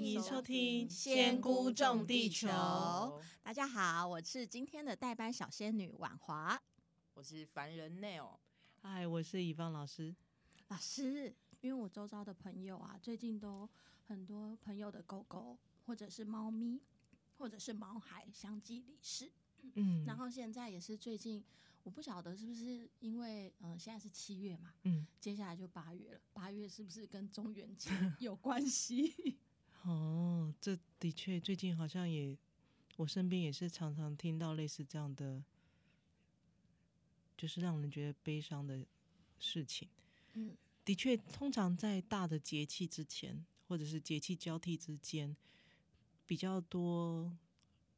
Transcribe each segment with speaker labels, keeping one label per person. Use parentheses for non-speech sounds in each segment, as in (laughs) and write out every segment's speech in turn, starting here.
Speaker 1: 迎收听《
Speaker 2: 仙姑种地球》。
Speaker 1: 大家好，我是今天的代班小仙女婉华
Speaker 2: 我是凡人 Neil。
Speaker 3: 嗨，我是乙方老师。
Speaker 1: 老师。因为我周遭的朋友啊，最近都很多朋友的狗狗或者是猫咪或者是毛孩相继离世，
Speaker 3: 嗯
Speaker 1: 然后现在也是最近，我不晓得是不是因为嗯、呃现在是七月嘛，
Speaker 3: 嗯，
Speaker 1: 接下来就八月了，八月是不是跟中元节 (laughs) 有关系？
Speaker 3: 哦，这的确最近好像也，我身边也是常常听到类似这样的，就是让人觉得悲伤的事情。
Speaker 1: 嗯，
Speaker 3: 的确，通常在大的节气之前，或者是节气交替之间，比较多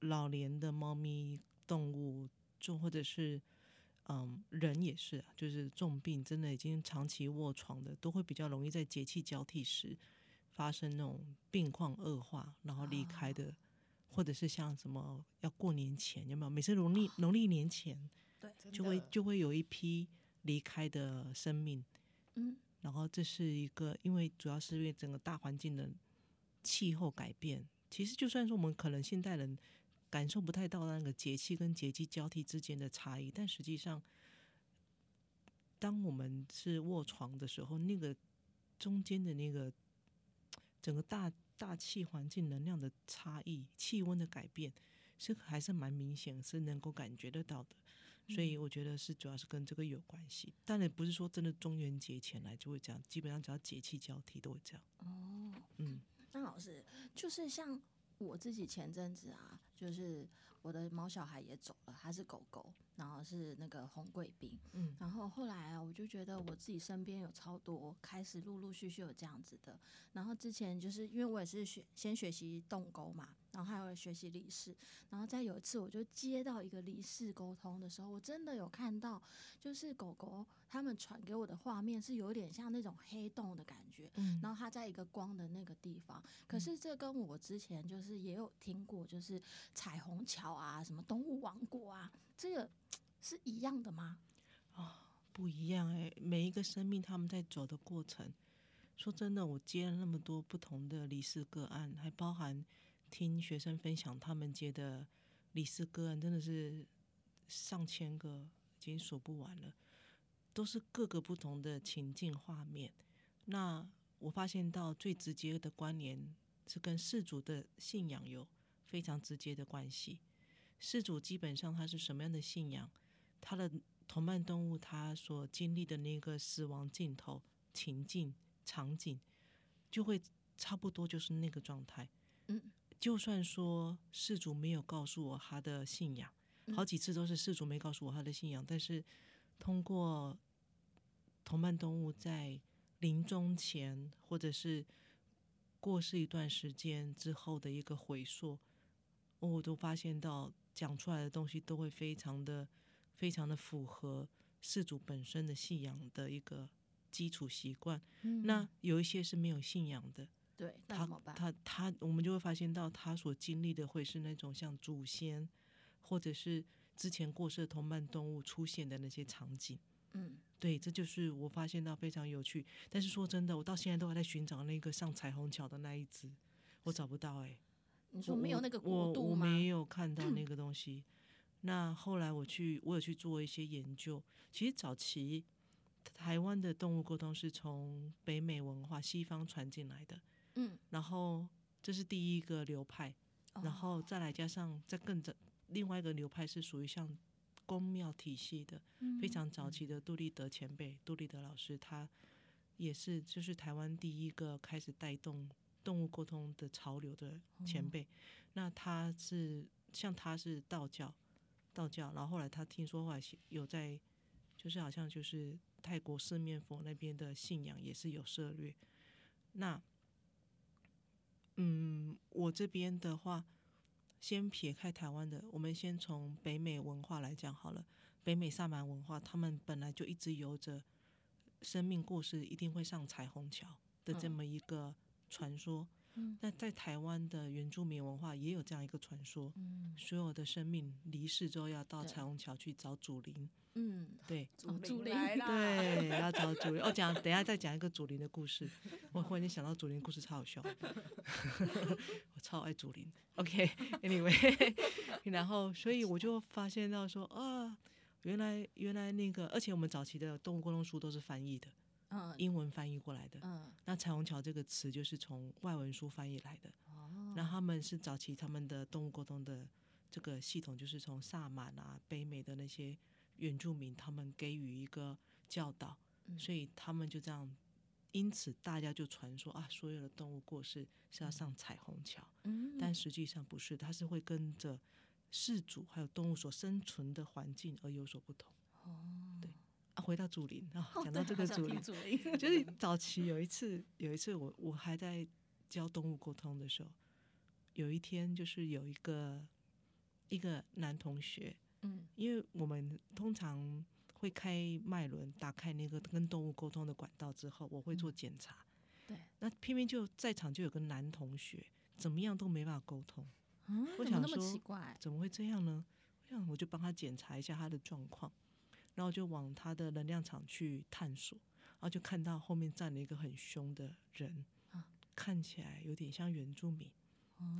Speaker 3: 老年的猫咪动物，就或者是嗯人也是啊，就是重病真的已经长期卧床的，都会比较容易在节气交替时发生那种病况恶化，然后离开的。或者是像什么要过年前有没有？每次农历农历年前
Speaker 1: 对，
Speaker 3: 就会
Speaker 2: 哦
Speaker 3: 就会有一批离开的生命，
Speaker 1: 嗯，
Speaker 3: 然后这是一个，因为主要是因为整个大环境的气候改变。其实就算说我们可能现代人感受不太到那个节气跟节气交替之间的差异，但实际上，当我们是卧床的时候，那个中间的那个整个大大气环境能量的差异、气温的改变，是还是蛮明显，是能够感觉得到的。所以我觉得是主要是跟这个有关系，当然不是说真的中元节前来就会这样，基本上只要节气交替都会这样。
Speaker 1: 哦，
Speaker 3: 嗯，
Speaker 1: 那老师就是像我自己前阵子啊，就是我的毛小孩也走了，他是狗狗，然后是那个红贵宾，
Speaker 3: 嗯，
Speaker 1: 然后后来啊，我就觉得我自己身边有超多开始陆陆续续有这样子的，然后之前就是因为我也是学先学习动沟嘛，然后还有学习历史，然后再有一次我就接到一个离世沟通的时候，我真的有看到，就是狗狗他们传给我的画面是有点像那种黑洞的感觉，
Speaker 3: 嗯
Speaker 1: 然后它在一个光的那个地方。可是这跟我之前就是也有听过，就是彩虹桥啊，什么动物王国啊，这个是一样的吗？
Speaker 3: 不一样哎、每一个生命他们在走的过程，说真的，我接了那么多不同的离世个案，还包含听学生分享他们接的离世个案，真的是上千个，已经数不完了，都是各个不同的情境画面。那我发现到最直接的关联是跟世主的信仰有非常直接的关系。世主基本上他是什么样的信仰，他的同伴动物它所经历的那个死亡尽头情境场景，就会差不多就是那个状态。
Speaker 1: 嗯，
Speaker 3: 就算说事主没有告诉我他的信仰，
Speaker 1: 嗯
Speaker 3: 好几次都是事主没告诉我他的信仰，但是通过同伴动物在临终前或者是过世一段时间之后的一个回溯，我都发现到讲出来的东西都会非常的、非常的符合事主本身的信仰的一个基础习惯。
Speaker 1: 嗯
Speaker 3: 那有一些是没有信仰的，
Speaker 1: 对，那
Speaker 3: 他
Speaker 1: 怎么办？
Speaker 3: 他他，我们就会发现到他所经历的会是那种像祖先，或者是之前过世的同伴动物出现的那些场景。
Speaker 1: 嗯，
Speaker 3: 对，这就是我发现到非常有趣。但是说真的，我到现在都还在寻找那个上彩虹桥的那一只，我找不到哎、
Speaker 1: 你说没有那个
Speaker 3: 我
Speaker 1: 国度
Speaker 3: 我
Speaker 1: 吗？
Speaker 3: 没有看到那个东西。那后来我去，我有去做一些研究。其实早期台湾的动物沟通是从北美文化西方传进来的，
Speaker 1: 嗯，
Speaker 3: 然后这是第一个流派，
Speaker 1: 哦
Speaker 3: 然后再来加上再更早另外一个流派是属于像宫庙体系的，
Speaker 1: 嗯
Speaker 3: 非常早期的杜立德前辈杜立德老师，他也是就是台湾第一个开始带动动物沟通的潮流的前辈。那他是像他是道教，道教，然后后来他听说后来有在就是好像就是泰国四面佛那边的信仰也是有涉略。那嗯，我这边的话，先撇开台湾的，我们先从北美文化来讲好了。北美萨满文化，他们本来就一直有着生命故事一定会上彩虹桥的这
Speaker 1: 嗯
Speaker 3: 么一个传说。
Speaker 1: 嗯
Speaker 3: 那在台湾的原住民文化也有这样一个传说，
Speaker 1: 嗯
Speaker 3: 所有的生命离世之后要到
Speaker 1: 对
Speaker 3: 彩虹桥去找祖灵，
Speaker 1: 嗯，
Speaker 3: 对，
Speaker 1: 哦
Speaker 2: 祖
Speaker 1: 祖
Speaker 2: 灵
Speaker 1: 灵
Speaker 2: 来啦，
Speaker 3: (laughs) 对，要找主灵。我讲，等一下再讲一个主灵的故事。我忽然间想到主灵故事超好笑， (laughs) 我超爱主灵。OK，Anyway，、然 (laughs) 后所以我就发现到说啊，原来原来那个，而且我们早期的动物沟通书都是翻译的，
Speaker 1: 嗯
Speaker 3: 英文翻译过来的。
Speaker 1: 嗯
Speaker 3: 那彩虹桥这个词就是从外文书翻译来的。
Speaker 1: 哦
Speaker 3: 然后他们是早期他们的动物沟通的这个系统，就是从萨满啊、北美的那些原住民，他们给予一个教导，
Speaker 1: 嗯
Speaker 3: 所以他们就这样，因此大家就传说啊，所有的动物过世是要上彩虹桥，
Speaker 1: 嗯
Speaker 3: 但实际上不是，它是会跟着事主还有动物所生存的环境而有所不同
Speaker 1: 哦
Speaker 3: 对啊。回到祖灵啊，
Speaker 1: 哦
Speaker 3: 讲
Speaker 1: 对
Speaker 3: 到这
Speaker 1: 好
Speaker 3: 个
Speaker 1: 想
Speaker 3: 祖
Speaker 1: 听
Speaker 3: 灵，
Speaker 1: 祖
Speaker 3: (laughs)
Speaker 1: 灵，
Speaker 3: 就是早期有一次，有一次我我还在教动物沟通的时候，有一天就是有一个一个男同学，
Speaker 1: 嗯
Speaker 3: 因为我们通常会开脉轮，打开那个跟动物沟通的管道之后，我会做检查。
Speaker 1: 对，
Speaker 3: 那偏偏就在场就有个男同学，怎么样都没办法沟通，
Speaker 1: 嗯，
Speaker 3: 我
Speaker 1: 怎么
Speaker 3: 想
Speaker 1: 那么
Speaker 3: 说
Speaker 1: 奇怪，
Speaker 3: 怎么会这样呢？我想我就帮他检查一下他的状况，然后就往他的能量场去探索，然后就看到后面站了一个很凶的人，
Speaker 1: 啊
Speaker 3: 看起来有点像原住民。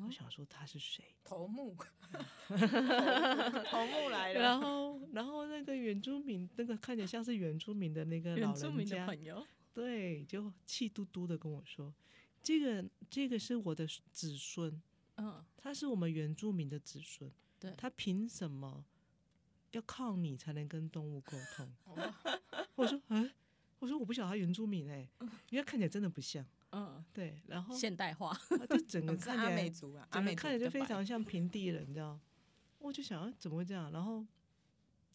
Speaker 3: 我
Speaker 1: 哦
Speaker 3: 想说他是谁？
Speaker 2: 头 (laughs) 目，头目
Speaker 4: 哦
Speaker 2: 来了，
Speaker 3: 然后，然后那个原住民，那个看起来像是原住民的那个老
Speaker 4: 原住
Speaker 3: 人
Speaker 4: 民的
Speaker 3: 家，
Speaker 4: 朋友，
Speaker 3: 对，就气嘟嘟的跟我说：“这个，这个是我的子孙，
Speaker 4: 嗯，
Speaker 3: 他是我们原住民的子孙，
Speaker 4: 对
Speaker 3: 他凭什么要靠你才能跟动物沟通
Speaker 2: (laughs) 哦？”
Speaker 3: 我说：“啊、我说我不晓得他原住民哎、
Speaker 2: 嗯
Speaker 3: 因为他看起来真的不像。
Speaker 4: 嗯，
Speaker 3: 对，然后
Speaker 4: 现代化，
Speaker 3: 他就整
Speaker 2: 我
Speaker 3: 个
Speaker 2: 们是
Speaker 3: 看
Speaker 2: 阿
Speaker 3: 起
Speaker 2: 美
Speaker 3: 来，
Speaker 2: 族啊，阿
Speaker 3: 整个
Speaker 2: 美
Speaker 3: 看
Speaker 2: 族
Speaker 3: 起来就
Speaker 2: 比
Speaker 3: 非
Speaker 2: 较白
Speaker 3: 常像平地人，你知道？我就想、啊、怎么会这样？然后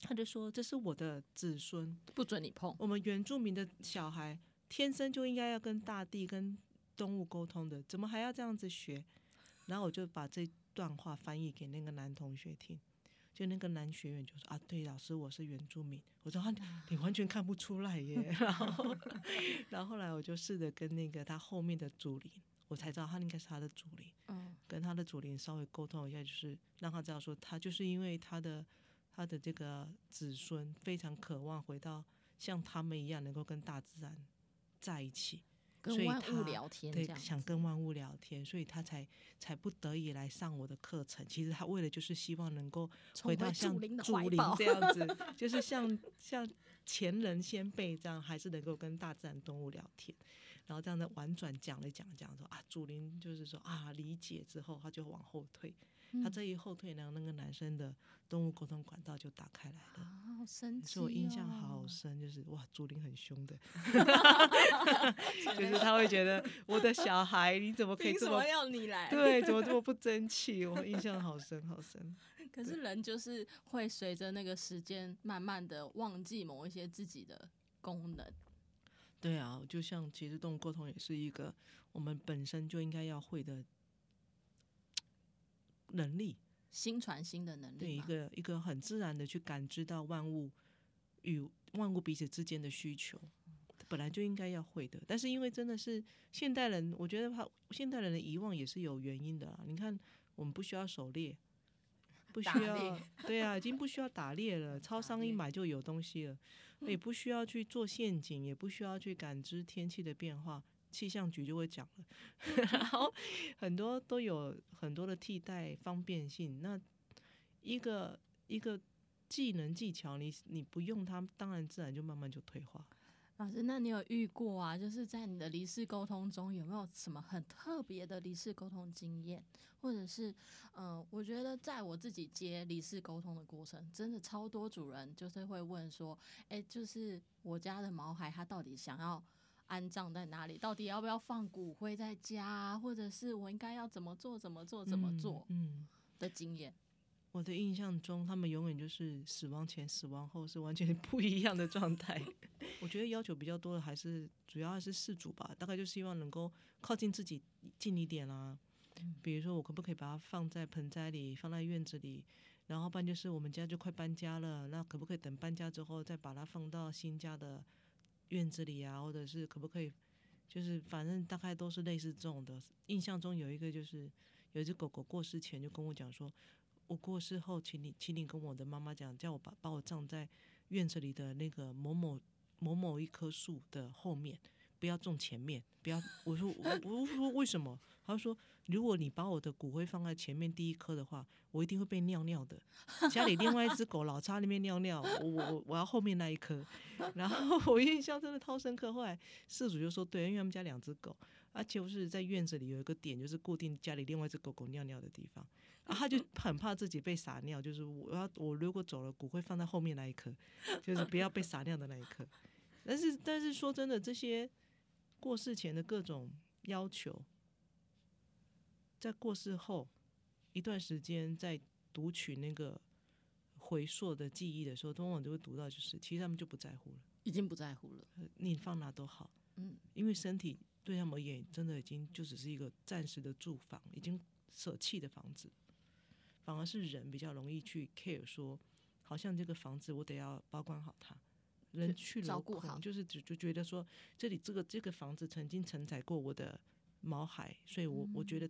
Speaker 3: 他就说：这是我的子孙，
Speaker 1: 哦
Speaker 4: 不准你碰，
Speaker 3: 我们原住民的小孩天生就应该要跟大地、跟动物沟通的，怎么还要这样子学？然后我就把这段话翻译给那个男同学听，就那个男学员就说：“啊，对，老师，我是原住民。”我说：“啊，你完全看不出来耶。” (laughs) 然后，然后后来我就试着跟那个他后面的主灵，我才知道他应该是他的主灵。
Speaker 1: 嗯
Speaker 3: 跟他的主灵稍微沟通一下，就是让他知道说，他就是因为他的他的这个子孙非常渴望回到像他们一样能够跟大自然在一起，所
Speaker 1: 跟
Speaker 3: 以
Speaker 1: 万
Speaker 3: 他
Speaker 1: 物聊天这
Speaker 3: 对，
Speaker 1: 样
Speaker 3: 想
Speaker 1: 子
Speaker 3: 跟万物聊天，所以他才才不得已来上我的课程。其实他为了就是希望能够
Speaker 1: 重
Speaker 3: 回到
Speaker 1: (laughs) 回
Speaker 3: 像
Speaker 1: 祖灵的
Speaker 3: 祖
Speaker 1: 怀
Speaker 3: 灵
Speaker 1: 抱
Speaker 3: 这样子，就是像像前人先辈这样，还是能够跟大自然动物聊天。然后这样的婉转讲了讲讲说啊，祖灵就是说啊，理解之后他就往后退，他
Speaker 1: 嗯
Speaker 3: 这一后退呢，那个男生的动物沟通管道就打开来了。
Speaker 1: 啊，好神奇，
Speaker 3: 所以我印象好
Speaker 1: 哦
Speaker 3: 深，就是哇，竹林很凶的，就是他会觉得我的小孩你怎么可以
Speaker 4: 凭
Speaker 3: 这
Speaker 4: 什
Speaker 3: 么
Speaker 4: 么要你来？
Speaker 3: 对，怎么这么不争气？我印象好深好深。
Speaker 4: 可是人就是会随着那个时间，慢慢的忘记某一些自己的功能。
Speaker 3: 对啊，就像其实动物沟通也是一个我们本身就应该要会的能力，
Speaker 4: 新传新的能
Speaker 3: 对
Speaker 4: 力
Speaker 3: 一
Speaker 4: 嘛，
Speaker 3: 个一个很自然的去感知到万物与万物彼此之间的需求，本来就应该要会的。但是因为真的是现代人，我觉得他现代人的遗忘也是有原因的啦。你看，我们不需要狩猎，不需
Speaker 2: 打
Speaker 3: 要
Speaker 2: 猎，
Speaker 3: 对啊，已经不需要打猎
Speaker 2: (laughs)
Speaker 3: 了，超
Speaker 2: 打
Speaker 3: 商一
Speaker 2: 猎嗯
Speaker 3: 买就有东西了，也不需要去做陷阱，也不需要去感知天气的变化。气象局就会讲了， (laughs) 然后很多都有很多的替代方便性。那一个一个技能技巧，你你不用它，当然自然就慢慢就退化。
Speaker 4: 老师，那你有遇过啊？就是在你的离世沟通中，有没有什么很特别的离世沟通经验，或者是，嗯、我觉得在我自己接离世沟通的过程，真的超多主人就是会问说，哎、就是我家的毛孩，他到底想要安葬在哪里？到底要不要放骨灰在家啊？或者是我应该要怎么做、怎么做、怎么做
Speaker 3: 嗯？嗯，
Speaker 4: 的经验？
Speaker 3: 我的印象中，他们永远就是死亡前、死亡后是完全 (laughs) 不一样的状态。我觉得要求比较多的还是主要还是事主吧，大概就希望能够靠近自己近一点啦、啊比如说，我可不可以把它放在盆栽里，放在院子里？然后，不然就是我们家就快搬家了，那可不可以等搬家之后再把它放到新家的院子里啊？或者是可不可以就是反正大概都是类似这种的。印象中有一个就是有一只狗狗过世前就跟我讲说，我过世后，请你请你跟我的妈妈讲，叫我把把我葬在院子里的那个某某某某一棵树的后面，不要种前面，不要。我说我我说为什么？他说如果你把我的骨灰放在前面第一颗的话，我一定会被尿尿的。家里另外一只狗老差那边尿尿，我我我我要后面那一颗。然后我印象真的超深刻。后来事主就说对，因为他们家两只狗，而且不是在院子里有一个点，就是固定家里另外一只狗狗尿尿的地方。啊，他就很怕自己被撒尿，就是我要我如果走了，骨灰放在后面那一颗，就是不要被撒尿的那一颗。但是但是说真的，这些过世前的各种要求，在过世后一段时间，在读取那个回溯的记忆的时候，通常都会读到，就是其实他们就不在乎了，
Speaker 4: 已经不在乎了。
Speaker 3: 呃你放哪都好，
Speaker 4: 嗯，
Speaker 3: 因为身体对他们而言，真的已经就只是一个暂时的住房，已经舍弃的房子，反而是人比较容易去 care 说，好像这个房子我得要保管好它。人去楼
Speaker 4: 照顾
Speaker 3: 空
Speaker 4: 好
Speaker 3: 就是只就觉得说，这里这个这个房子曾经承载过我的毛海，所以我我
Speaker 4: 嗯
Speaker 3: 觉得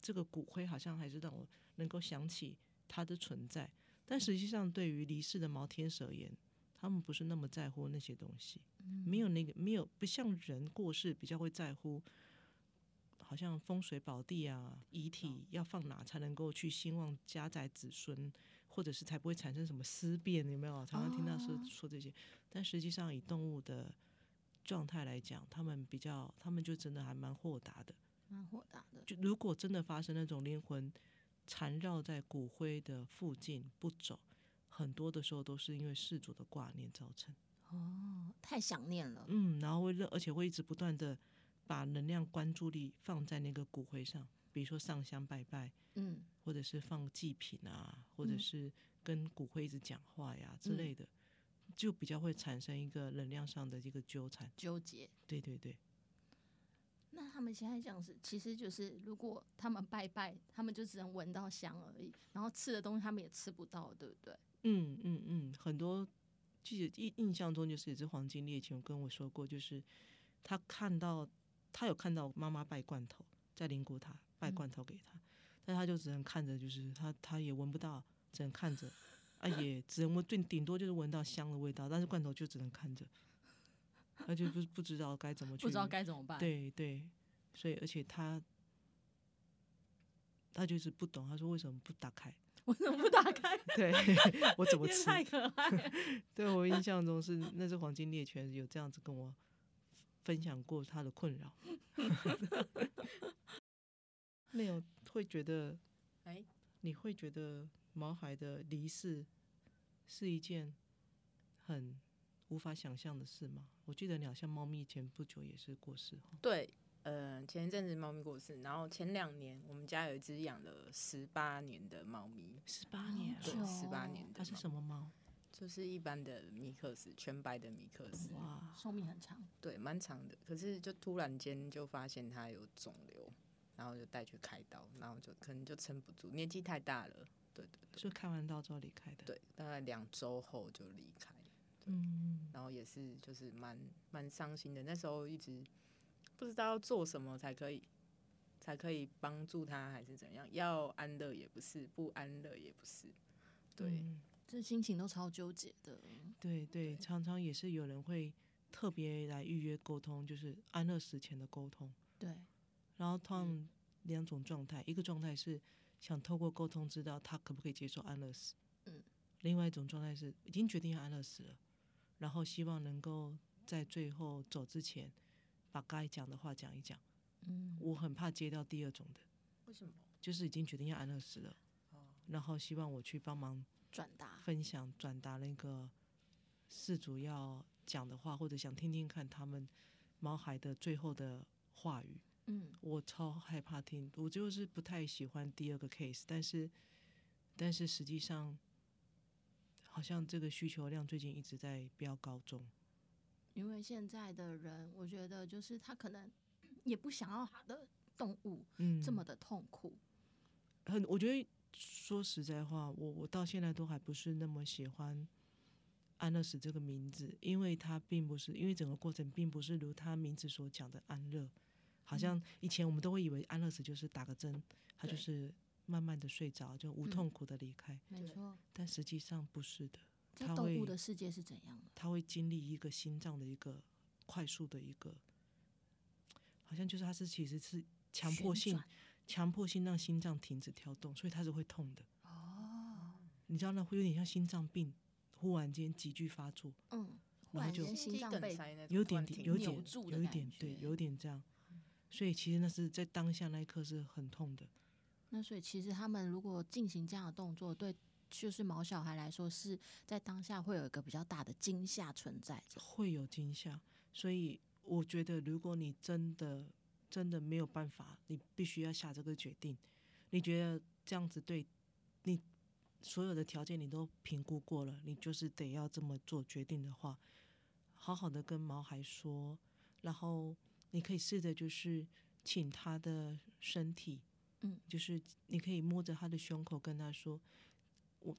Speaker 3: 这个骨灰好像还是让我能够想起它的存在。但实际上，对于离世的毛天使而言，他们不是那么在乎那些东西，没有那个没有不像人过世比较会在乎，好像风水宝地啊，遗体要放哪才能够去兴旺家宅子孙，或者是才不会产生什么思变，有没有？常常听到说、
Speaker 4: 哦
Speaker 3: 说这些，但实际上以动物的状态来讲，他们比较，他们就真的还蛮豁达的。
Speaker 4: 蛮豁达的，
Speaker 3: 就如果真的发生那种灵魂缠绕在骨灰的附近不走，很多的时候都是因为事主的挂念造成。
Speaker 4: 哦，太想念了。
Speaker 3: 嗯，然后会认，而且会一直不断的把能量、关注力放在那个骨灰上，比如说上香拜拜，
Speaker 4: 嗯，
Speaker 3: 或者是放祭品啊，或者
Speaker 4: 嗯
Speaker 3: 是跟骨灰一直讲话呀之类的，就比较会产生一个能量上的一个纠缠。
Speaker 4: 纠结。
Speaker 3: 对对对，
Speaker 4: 那他们现在这样子，其实就是如果他们拜拜，他们就只能闻到香而已，然后吃的东西他们也吃不到，对不对？
Speaker 3: 嗯嗯嗯，很多记得印印象中就是有只黄金猎犬跟我说过，就是他看到他有看到妈妈拜罐头在灵骨塔
Speaker 4: 嗯
Speaker 3: 拜罐头给他，但他就只能看着，就是他他也闻不到，只能看着。啊，也只能闻最顶多就是闻到香的味道，但是罐头就只能看着，他就不不知道该怎么去，
Speaker 4: 不知道该怎么办。，
Speaker 3: 对对，所以而且他他就是不懂，他说为什么不打开？ (laughs)
Speaker 4: 我怎么不打开？
Speaker 3: 对 (laughs) 我怎么
Speaker 4: 也
Speaker 3: 吃？
Speaker 4: 太可爱了。
Speaker 3: 对我印象中是那只黄金猎犬有这样子跟我分享过它的困扰，那有会觉得
Speaker 2: 哎，
Speaker 3: 你会觉得毛孩的离世是一件很无法想象的事吗？我记得你好像猫咪前不久也是过世哈，
Speaker 2: 对，呃，前一阵子猫咪过世，然后前两年我们家有一只养了十八年的猫咪，
Speaker 3: 十八年
Speaker 2: 对
Speaker 4: 久，
Speaker 2: 十八
Speaker 4: 哦
Speaker 2: 年的
Speaker 3: 它是
Speaker 2: 猫
Speaker 3: 什么猫？
Speaker 2: 就是一般的米克斯，全白的米克斯，
Speaker 3: 哇，
Speaker 4: 寿命很长，
Speaker 2: 对，蛮长的。可是就突然间就发现它有肿瘤，然后就带去开刀，然后就可能就撑不住，年纪太大了，对对对
Speaker 3: 是开完刀之后离开的。，
Speaker 2: 对，大概两周后就离开。
Speaker 3: 嗯，
Speaker 2: 然后也是就是蛮蛮伤心的。那时候一直不知道要做什么才可以，才可以帮助他，还是怎样？要安乐也不是，不安乐也不是。对，
Speaker 3: 嗯
Speaker 4: 这心情都超纠结的。
Speaker 3: 对对，常常也是有人会特别来预约沟通，就是安乐死前的沟通。
Speaker 4: 对，
Speaker 3: 然后通常两种状态，一个状态是想透过沟通知道他可不可以接受安乐死，
Speaker 4: 嗯，
Speaker 3: 另外一种状态是已经决定要安乐死了，然后希望能够在最后走之前把该讲的话讲一讲。
Speaker 4: 嗯，
Speaker 3: 我很怕接到第二种的，
Speaker 2: 为什么？
Speaker 3: 就是已经决定要安乐死了，
Speaker 2: 哦，
Speaker 3: 然后希望我去帮忙
Speaker 4: 转达。
Speaker 3: 分享转达那个事主要讲的话，或者想听听看他们毛孩的最后的话语。
Speaker 4: 嗯，
Speaker 3: 我超害怕听，我就是不太喜欢第二个 case，但是但是实际上，好像这个需求量最近一直在飙高中。
Speaker 4: 因为现在的人，我觉得就是他可能也不想要他的动物
Speaker 3: 嗯，
Speaker 4: 这么的痛苦。
Speaker 3: 很，我觉得说实在话，我我到现在都还不是那么喜欢安乐死这个名字，因为它并不是，因为整个过程并不是如它名字所讲的安乐。好像以前我们都会以为安乐死就是打个针，他就
Speaker 1: 嗯对
Speaker 3: 是慢慢的睡着，就无
Speaker 1: 嗯
Speaker 3: 痛苦的离开。
Speaker 1: 没
Speaker 2: 对
Speaker 1: 错，
Speaker 3: 但实际上不是的，
Speaker 1: 在
Speaker 3: 它
Speaker 1: 动
Speaker 3: 会
Speaker 1: 物的世界是怎样的？
Speaker 3: 他会经历一个心脏的一个快速的一个，好像就是他是其实是强迫性
Speaker 1: 旋转，
Speaker 3: 强迫性让心脏停止跳动，所以他是会痛的。
Speaker 1: 哦，
Speaker 3: 你知道那会有点像心脏病，忽然间急剧发作，
Speaker 1: 嗯，忽
Speaker 3: 然
Speaker 1: 然
Speaker 3: 后就
Speaker 1: 间心脏被
Speaker 3: 有点有
Speaker 1: 扭
Speaker 3: 点
Speaker 1: 住的
Speaker 3: 有一
Speaker 1: 感
Speaker 3: 点对，
Speaker 1: 觉
Speaker 3: 有一点这样。所以其实那是在当下那一刻是很痛的。
Speaker 1: 那所以其实他们如果进行这样的动作，对就是毛小孩来说是在当下会有一个比较大的惊吓存在着。
Speaker 3: 会有惊吓，所以我觉得，如果你真的真的没有办法，你必须要下这个决定。你觉得这样子对你所有的条件你都评估过了，你就是得要这么做决定的话，好好的跟毛孩说，然后你可以试着就是请他的身体，
Speaker 1: 嗯，
Speaker 3: 就是你可以摸着他的胸口跟他说，我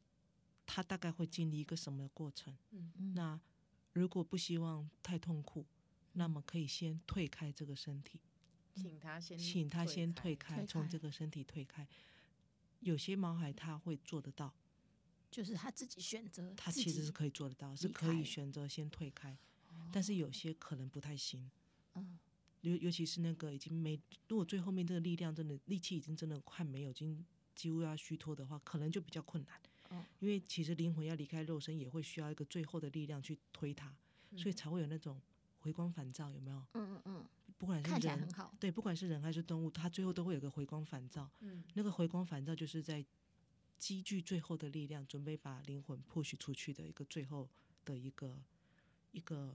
Speaker 3: 他大概会经历一个什么过程。
Speaker 1: 嗯，
Speaker 3: 那如果不希望太痛苦，那么可以先退开这个身体，
Speaker 2: 请他先
Speaker 3: 请他先退
Speaker 1: 退
Speaker 3: 开，从
Speaker 1: 开
Speaker 3: 这个身体退开。有些毛孩他会做得到，
Speaker 1: 就是他自己选择，
Speaker 3: 他
Speaker 1: 自
Speaker 3: 其实
Speaker 1: 己
Speaker 3: 是可以做得到，是
Speaker 1: 离
Speaker 3: 可以
Speaker 1: 开哦
Speaker 3: 选择先退开，但是有些可能不太行。
Speaker 1: 嗯，
Speaker 3: 尤尤其是那个已经没，如果最后面这个力量真的力气已经真的快没有，已经几乎要虚脱的话，可能就比较困难。
Speaker 1: 哦
Speaker 3: 因为其实灵魂要离开肉身，也会需要一个最后的力量去推它，所以才会有那种回光返照，有没有？
Speaker 1: 嗯嗯
Speaker 3: 不管
Speaker 1: 嗯，
Speaker 3: 是
Speaker 1: 看起来
Speaker 3: 人
Speaker 1: 很好。
Speaker 3: 对，不管是人还是动物，它最后都会有个回光返照。 (laughs)
Speaker 2: 嗯
Speaker 3: 那个回光返照就是在积聚最后的力量，准备把灵魂 push 出去的一个最后的一个一个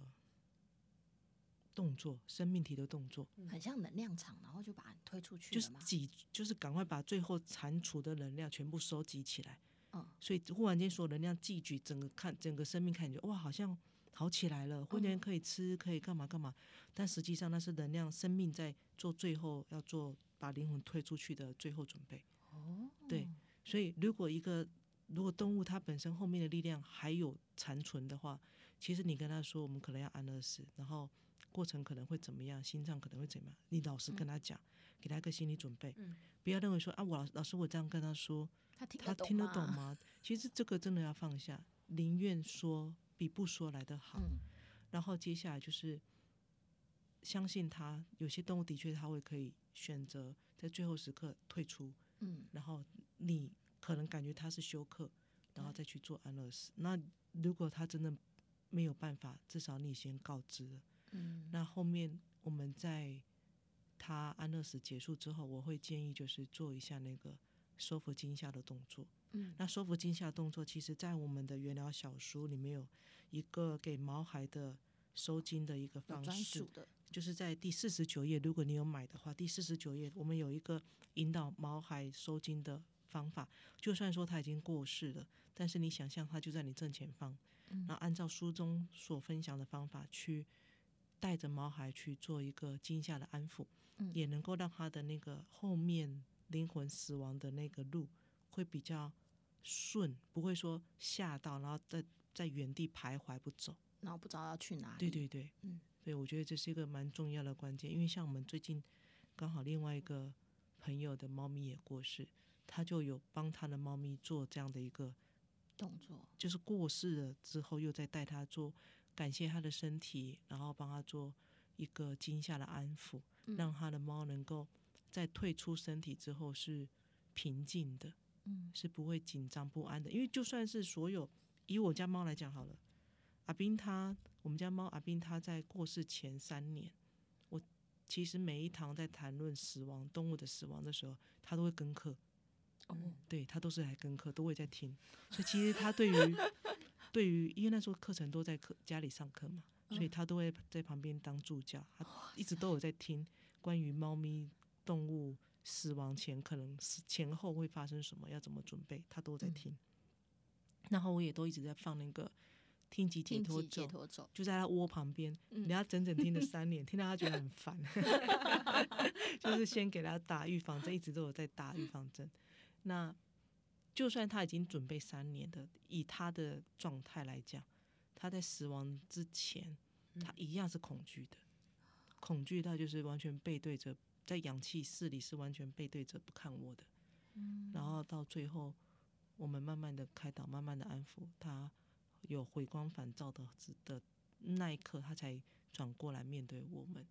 Speaker 3: 动作，生命体的动作，
Speaker 1: 很像能量场，然后就把你推出去
Speaker 3: 就是
Speaker 1: 了嘛。
Speaker 3: 挤，就是赶快把最后蟾蜍的能量全部收集起来。
Speaker 1: 嗯，
Speaker 3: 所以忽然间所有能量寄居，整个看整个生命看起来，哇，好像好起来了，忽然间可以吃，可以干嘛干嘛，但实际上那是能量生命在做最后要做把灵魂推出去的最后准备。
Speaker 1: 哦，
Speaker 3: 对，所以如果一个如果动物它本身后面的力量还有残存的话，其实你跟他说我们可能要安乐死，然后过程可能会怎么样，心脏可能会怎么样，你老实跟他讲，给他一个心理准备，
Speaker 2: 嗯
Speaker 3: 不要认为说啊我老老师我这样跟他说，
Speaker 1: 他听
Speaker 3: 他
Speaker 1: 懂
Speaker 3: 听得懂
Speaker 1: 吗？
Speaker 3: 吗？其实这个真的要放下，宁愿说比不说来得好。
Speaker 1: 嗯
Speaker 3: 然后接下来就是相信他，有些动物的确它会可以选择在最后时刻退出，
Speaker 1: 嗯，
Speaker 3: 然后你可能感觉他是休克，然后再去做安乐死。那如果他真的没有办法，至少你先告知了。
Speaker 1: 嗯，
Speaker 3: 那后面我们在他安乐死结束之后，我会建议就是做一下那个收服惊吓的动作。
Speaker 1: 嗯，
Speaker 3: 那收服惊吓动作，其实在我们的原疗小书里面有一个给毛孩的收惊的一个
Speaker 1: 有
Speaker 3: 方
Speaker 1: 专
Speaker 3: 式
Speaker 1: 属，的，
Speaker 3: 就是在第四十九页，如果你有买的话，第四十九页我们有一个引导毛孩收惊的方法。就算说他已经过世了，但是你想象他就在你正前方，然后按照书中所分享的方法去带着毛孩去做一个惊吓的安抚，
Speaker 1: 嗯
Speaker 3: 也能够让他的那个后面灵魂死亡的那个路会比较顺，不会说吓到，然后在在原地徘徊不走。
Speaker 1: 然后不知道要去哪里。
Speaker 3: 对对对，
Speaker 1: 嗯，
Speaker 3: 所以我觉得这是一个蛮重要的关键，因为像我们最近刚好另外一个朋友的猫咪也过世，他就有帮他的猫咪做这样的一个，
Speaker 1: 动作，
Speaker 3: 就是过世了之后又再带它做，感谢他的身体，然后帮他做一个惊吓的安抚，
Speaker 1: 嗯
Speaker 3: 让他的猫能够在退出身体之后是平静的，
Speaker 1: 嗯
Speaker 3: 是不会紧张不安的。因为就算是所有以我家猫来讲好了，阿斌他我们家猫阿斌他在过世前三年，我其实每一堂在谈论死亡动物的死亡的时候，他都会跟课，
Speaker 1: 哦，
Speaker 3: 对他都是来跟课，都会在听，所以其实他对
Speaker 1: (laughs)
Speaker 3: 于对于因为那时候课程都在课家里上课嘛，所
Speaker 1: 嗯
Speaker 3: 以他都会在旁边当助教，他一直都有在听关于猫咪动物死亡前可能是前后会发生什么，要怎么准备，他都
Speaker 1: 嗯
Speaker 3: 在听。然后我也都一直在放那个听级解
Speaker 1: 听
Speaker 3: 脱
Speaker 1: 级解
Speaker 3: 咒，
Speaker 1: 脱咒，
Speaker 3: 就在他窝旁边，你要整整听了三年，听到他觉得很烦，就是先给他打预防针，一直都有在打预防针。那就算他已经准备三年的，以他的状态来讲，他他在死亡之前，他一样是恐惧的，恐惧到就是完全背对着，在氧气室里是完全背对着不看我的。
Speaker 1: 嗯
Speaker 3: 然后到最后，我们慢慢的开导，慢慢的安抚他，有回光返照的的那一刻，他才转过来面对我们，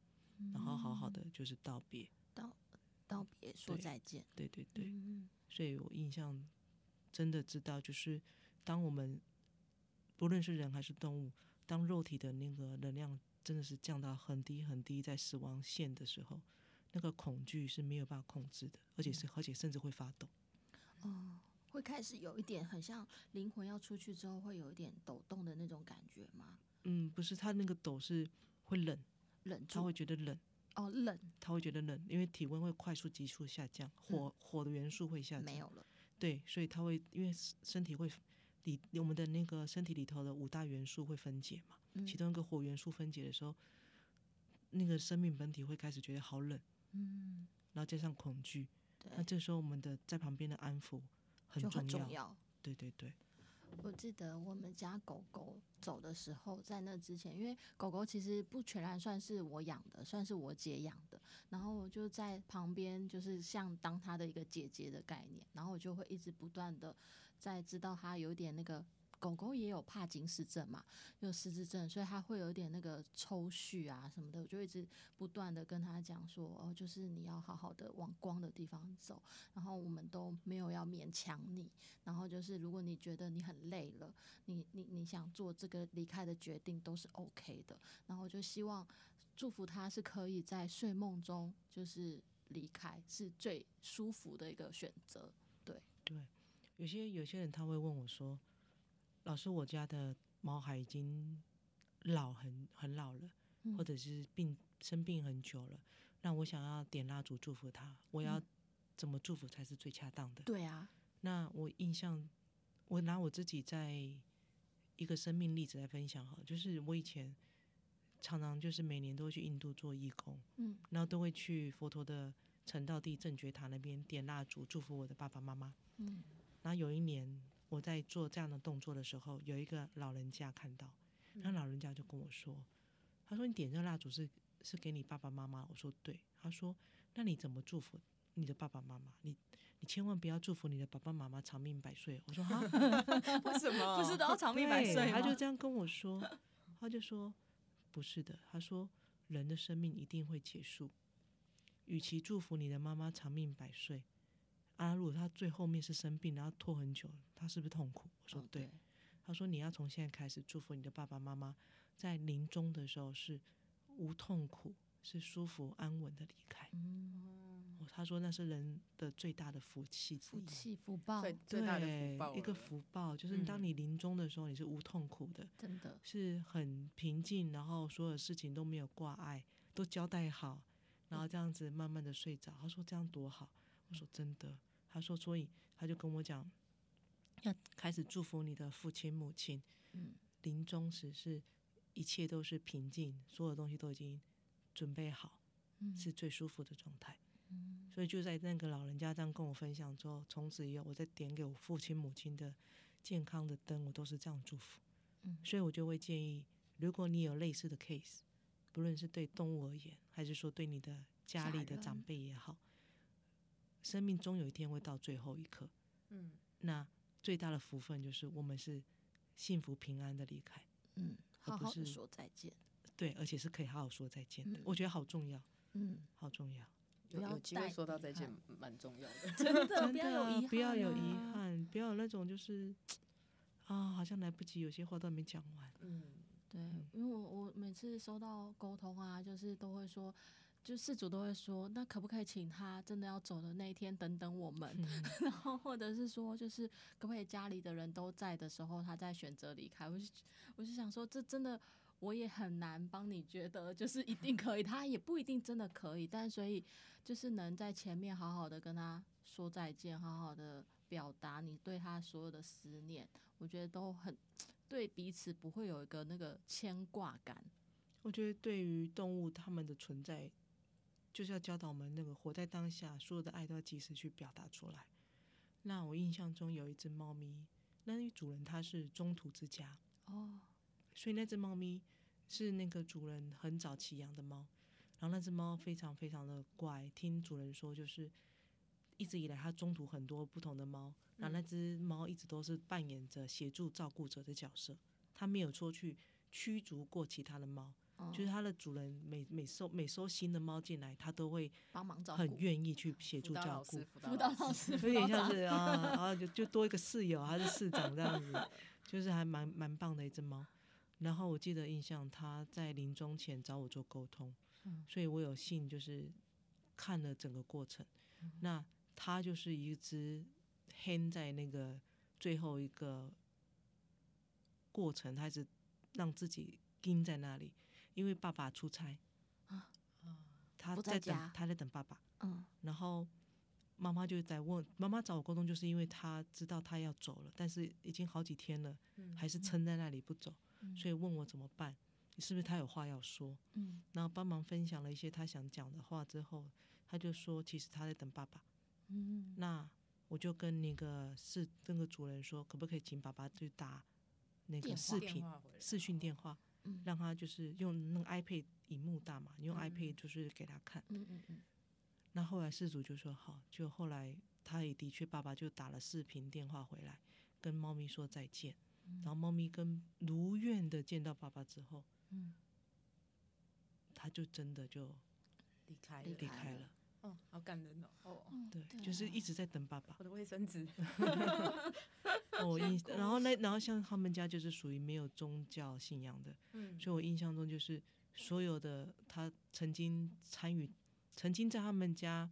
Speaker 3: 然后好好的就是道别。
Speaker 1: 道嗯道别说
Speaker 3: 对
Speaker 1: 再见，
Speaker 3: 对对对。
Speaker 1: 嗯
Speaker 3: 所以我印象真的知道，就是当我们不论是人还是动物，当肉体的那个能量真的是降到很低很低，在死亡线的时候，那个恐惧是没有办法控制的，而且是而且甚至会发抖。
Speaker 1: 哦，会开始有一点很像灵魂要出去之后会有一点抖动的那种感觉吗？
Speaker 3: 嗯，不是，他那个抖是会冷，
Speaker 1: 忍
Speaker 3: 他
Speaker 1: 住
Speaker 3: 会觉得冷，
Speaker 1: 哦，冷
Speaker 3: 他会觉得冷，因为体温会快速急速下降，火、火的元素会下降。
Speaker 1: 嗯没有了，
Speaker 3: 对，所以它会因为身身体会里我们的那个身体里头的五大元素会分解嘛，
Speaker 1: 嗯
Speaker 3: 其中一个火元素分解的时候，那个生命本体会开始觉得好冷，
Speaker 1: 嗯，
Speaker 3: 然后加上恐惧，那
Speaker 1: 对，
Speaker 3: 这时候我们的在旁边的安抚很
Speaker 1: 就
Speaker 3: 重
Speaker 1: 很重要。
Speaker 3: 对对对，
Speaker 1: 我记得我们家狗狗走的时候，在那之前，因为狗狗其实不全然算是我养的，算是我姐养的。然后我就在旁边，就是像当它的一个姐姐的概念，然后我就会一直不断的在知道它有点那个。狗狗也有帕金氏症嘛，有失智症，所以它会有点那个抽搐啊什么的。我就一直不断的跟它讲说，哦，就是你要好好的往光的地方走，然后我们都没有要勉强你，然后就是，如果你觉得你很累了，你你你想做这个离开的决定都是 OK 的。然后我就希望祝福他是可以在睡梦中就是离开，是最舒服的一个选择。
Speaker 3: 有些有些人他会问我说，老师，我家的猫还已经老很很老了，
Speaker 1: 嗯
Speaker 3: 或者是病生病很久了，那我想要点蜡烛祝福它，我要
Speaker 1: 嗯
Speaker 3: 怎么祝福才是最恰当的？
Speaker 1: 对啊，
Speaker 3: 那我印象，我拿我自己在一个生命例子来分享哈，就是我以前常常就是每年都会去印度做义工，
Speaker 1: 嗯
Speaker 3: 然后都会去佛陀的成道地正觉塔那边点蜡烛祝福我的爸爸妈妈。
Speaker 1: 嗯
Speaker 3: 然后有一年我在做这样的动作的时候，有一个老人家看到，
Speaker 1: 嗯
Speaker 3: 那老人家就跟我说，他说你点这蜡烛是是给你爸爸妈妈，我说对，他说那你怎么祝福你的爸爸妈妈？你你千万不要祝福你的爸爸妈妈长命百岁，我说哈。
Speaker 2: 为什么？
Speaker 4: (laughs) 不是都要长命百
Speaker 3: 对
Speaker 4: 岁吗？
Speaker 3: 他就这样跟我说，他就说不是的，他说人的生命一定会结束，与其祝福你的妈妈长命百岁，啊，如果她最后面是生病，然后拖很久，她是不是痛苦？我说
Speaker 1: 哦
Speaker 3: 对，他说你要从现在开始祝福你的爸爸妈妈，在临终的时候是无痛苦，是舒服安稳的离开。
Speaker 1: 嗯，
Speaker 3: 我他说那是人的最大的福气之
Speaker 1: 福
Speaker 3: 一。
Speaker 1: 气福报，
Speaker 2: 最
Speaker 3: 哦对，
Speaker 2: 最大的福报了，
Speaker 3: 一个福报就是当
Speaker 2: 嗯
Speaker 3: 你临终的时候，你是无痛苦的，
Speaker 1: 真的，
Speaker 3: 是很平静，然后所有事情都没有挂碍，都交代好，然后这样子慢慢的睡着。他说这样多好，我说真的。他说所以他就跟我讲，要开始祝福你的父亲母亲，
Speaker 1: 嗯，
Speaker 3: 临终时是一切都是平静，所有东西都已经准备好，
Speaker 1: 嗯
Speaker 3: 是最舒服的状态。
Speaker 1: 嗯
Speaker 3: 所以就在那个老人家这样跟我分享之后，从此以后我在点给我父亲母亲的健康的灯，我都是这样祝福。
Speaker 1: 嗯
Speaker 3: 所以我就会建议，如果你有类似的 case，不论是对动物而言，还是说对你的家里的
Speaker 1: 家人
Speaker 3: 长辈也好，生命终有一天会到最后一刻。
Speaker 2: 嗯，
Speaker 3: 那最大的福分就是我们是幸福平安的离开，
Speaker 1: 嗯，好
Speaker 3: 不
Speaker 1: 好
Speaker 3: 是
Speaker 1: 的说再见，
Speaker 3: 对，而且是可以好好说再见的。
Speaker 1: 嗯
Speaker 3: 我觉得好重要，
Speaker 1: 嗯，
Speaker 3: 好重要。
Speaker 2: 有
Speaker 1: 不要
Speaker 2: 有机会
Speaker 1: 带
Speaker 2: 说到
Speaker 1: 遗
Speaker 2: 再见
Speaker 1: 憾，
Speaker 2: 蛮重要的。
Speaker 1: (laughs) 真的
Speaker 3: 真
Speaker 1: 不
Speaker 3: 的
Speaker 1: 要有遗憾，啊
Speaker 3: 不要有遗，憾，啊不要有那种就是啊，好像来不及，有些话都还没讲完。
Speaker 2: 嗯，
Speaker 1: 对，因为我我每次收到沟通啊，就是都会说，就事主都会说，那可不可以请他真的要走的那一天等等我们，
Speaker 3: 嗯
Speaker 1: 然后或者是说，就是可不可以家里的人都在的时候，他再选择离开？我就我就想说，这真的我也很难帮你觉得就是一定可以，他也不一定真的可以，但所以就是能在前面好好的跟他说再见，好好的表达你对他所有的思念，我觉得都很对彼此不会有一个那个牵挂感。
Speaker 3: 我觉得对于动物它们的存在，就是要教导我们那个活在当下，所有的爱都要及时去表达出来。那我印象中有一只猫咪，那主人他是中途之家，
Speaker 1: 哦，
Speaker 3: 所以那只猫咪是那个主人很早期养的猫，然后那只猫非常非常的乖，听主人说就是一直以来它中途很多不同的猫，然
Speaker 2: 嗯
Speaker 3: 后那只猫一直都是扮演着协助照顾者的角色，它没有说去驱逐过其他的猫，
Speaker 2: 哦
Speaker 1: 嗯
Speaker 3: 就是它的主人每每收每收新的猫进来，它都会
Speaker 4: 帮忙照
Speaker 3: 很
Speaker 4: 顾。
Speaker 3: 愿意去协助
Speaker 2: 辅导
Speaker 3: 照
Speaker 2: 老
Speaker 3: 顾
Speaker 2: 师，。辅
Speaker 4: 辅
Speaker 2: 导
Speaker 4: 导
Speaker 2: 老师，
Speaker 4: 老
Speaker 3: (laughs)
Speaker 4: 师，
Speaker 3: 有点
Speaker 4: 辅导
Speaker 3: 像
Speaker 4: 长
Speaker 3: 是
Speaker 4: (laughs)
Speaker 3: 啊啊，就就多一个室友，还是室长这样子，就是还蛮蛮棒的一只猫。然后我记得印象，它在临终前找我做沟通，
Speaker 4: 嗯
Speaker 3: 所以我有幸就是看了整个过程。
Speaker 4: 嗯
Speaker 3: 那它就是一只 hen 在那个最后一个过程，它是让自己盯在那里，因为爸爸出差，它
Speaker 4: 啊不在
Speaker 3: 在等
Speaker 4: 家
Speaker 3: 它在等爸爸。
Speaker 4: 嗯
Speaker 3: 然后妈妈就在问，妈妈找我沟通，就是因为她知道她要走了，但是已经好几天了，
Speaker 2: 嗯
Speaker 3: 还是撑在那里不走，所以问我怎么办，是不是她有话要说？
Speaker 4: 嗯，
Speaker 3: 然后帮忙分享了一些她想讲的话之后，她就说其实她在等爸爸。
Speaker 4: 嗯
Speaker 3: 那我就跟那个是那个主人说，可不可以请爸爸去打那
Speaker 4: 电
Speaker 3: 个
Speaker 4: 话
Speaker 3: 视
Speaker 2: 电
Speaker 3: 频
Speaker 2: 话回来
Speaker 3: 视讯电话，
Speaker 4: 嗯
Speaker 3: 让他就是用那个 iPad 荧幕大嘛，你用
Speaker 2: 嗯
Speaker 3: iPad 就是给他看。
Speaker 4: 嗯嗯嗯，
Speaker 3: 那后来事主就说好，就后来他也的确，爸爸就打了视频电话回来，跟猫咪说再见。然后猫咪跟如愿的见到爸爸之后，
Speaker 4: 嗯，
Speaker 3: 他就真的就
Speaker 2: 离开了
Speaker 4: 离
Speaker 3: 离开了。
Speaker 2: 哦，好感人哦，哦，
Speaker 1: 嗯
Speaker 3: 对，
Speaker 4: 对
Speaker 3: 就是
Speaker 4: 啊
Speaker 3: 一直在等爸爸
Speaker 2: 我。的卫生纸，
Speaker 3: 我印，然后那然后像他们家就是属于没有宗教信仰的，
Speaker 2: (laughs) 嗯，
Speaker 3: 所以我印象中就是所有的他曾经参与、曾经在他们家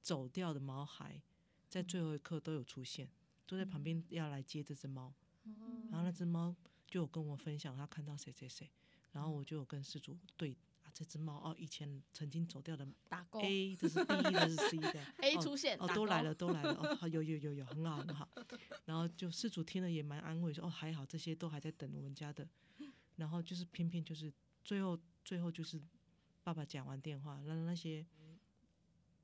Speaker 3: 走掉的毛孩，在最后一刻都有出现，都在旁边要来接这只猫。
Speaker 4: 嗯
Speaker 3: 然后那只猫就有跟我分享，它看到谁谁谁，然后
Speaker 2: 嗯
Speaker 3: 我就有跟事主对啊，这只猫哦，以前曾经走掉的
Speaker 4: 打勾
Speaker 3: A，这是 B，这是 C
Speaker 2: (laughs)
Speaker 3: 的
Speaker 4: A
Speaker 3: 哦
Speaker 4: 出现
Speaker 3: 哦，
Speaker 4: 打
Speaker 3: 都来
Speaker 4: 勾
Speaker 3: 了，都来了，哦，好，有有有有，很好很
Speaker 2: (laughs)
Speaker 3: 好。然后就事主听了也蛮安慰，说哦还好这些都还在等我们家的。
Speaker 2: 嗯
Speaker 3: 然后就是偏偏就是最后最后就是爸爸讲完电话，让那些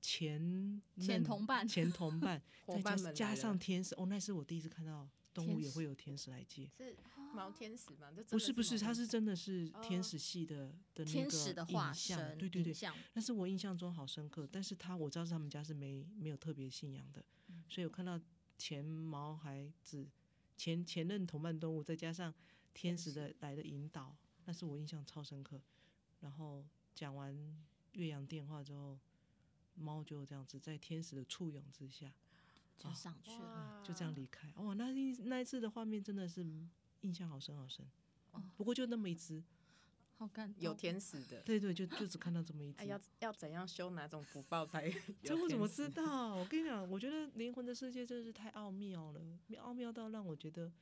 Speaker 3: 前
Speaker 4: 前
Speaker 3: 任
Speaker 4: 同伴
Speaker 3: 前同伴
Speaker 2: (laughs) 伙
Speaker 3: 再加
Speaker 2: 伴们来
Speaker 3: 加
Speaker 2: 了
Speaker 3: 上天使，哦，那是我第一次看到动物
Speaker 4: 天
Speaker 3: 也
Speaker 4: 使
Speaker 3: 会有天使来接。
Speaker 2: 是
Speaker 1: 哦
Speaker 2: 毛天使吗？这真的
Speaker 3: 不是不是，
Speaker 2: 毛
Speaker 3: 它
Speaker 2: 天
Speaker 3: 是
Speaker 2: 使
Speaker 3: 真的是天
Speaker 2: 哦
Speaker 3: 使系的的那
Speaker 4: 天
Speaker 3: 个
Speaker 4: 使的
Speaker 3: 影
Speaker 4: 化
Speaker 3: 像
Speaker 4: 身，
Speaker 3: 对对对
Speaker 4: 影，像
Speaker 3: 但是我印象中好深刻，但是他我知道是他们家是没没有特别信仰的，所以我看到前毛孩子、前前任同伴动物，再加上天使的来的引导，那是我印象超深刻。然后讲完岳阳电话之后，猫就这样子在天使的簇拥之下，哦
Speaker 4: 就上去了。
Speaker 3: 就这样离开。哇，那一那一次的画面真的是印象好深好深。不过就那么一只，
Speaker 4: 好感动
Speaker 2: 有天使的，
Speaker 3: 对对，就就只看到这么一只。
Speaker 2: 哎，要要怎样修哪种福报才有
Speaker 3: (laughs) 这我怎
Speaker 2: 天
Speaker 3: 么
Speaker 2: 使 (laughs)
Speaker 3: 知？道？我跟你讲，我觉得灵魂的世界真的是太奥妙了，奥妙到让我觉得，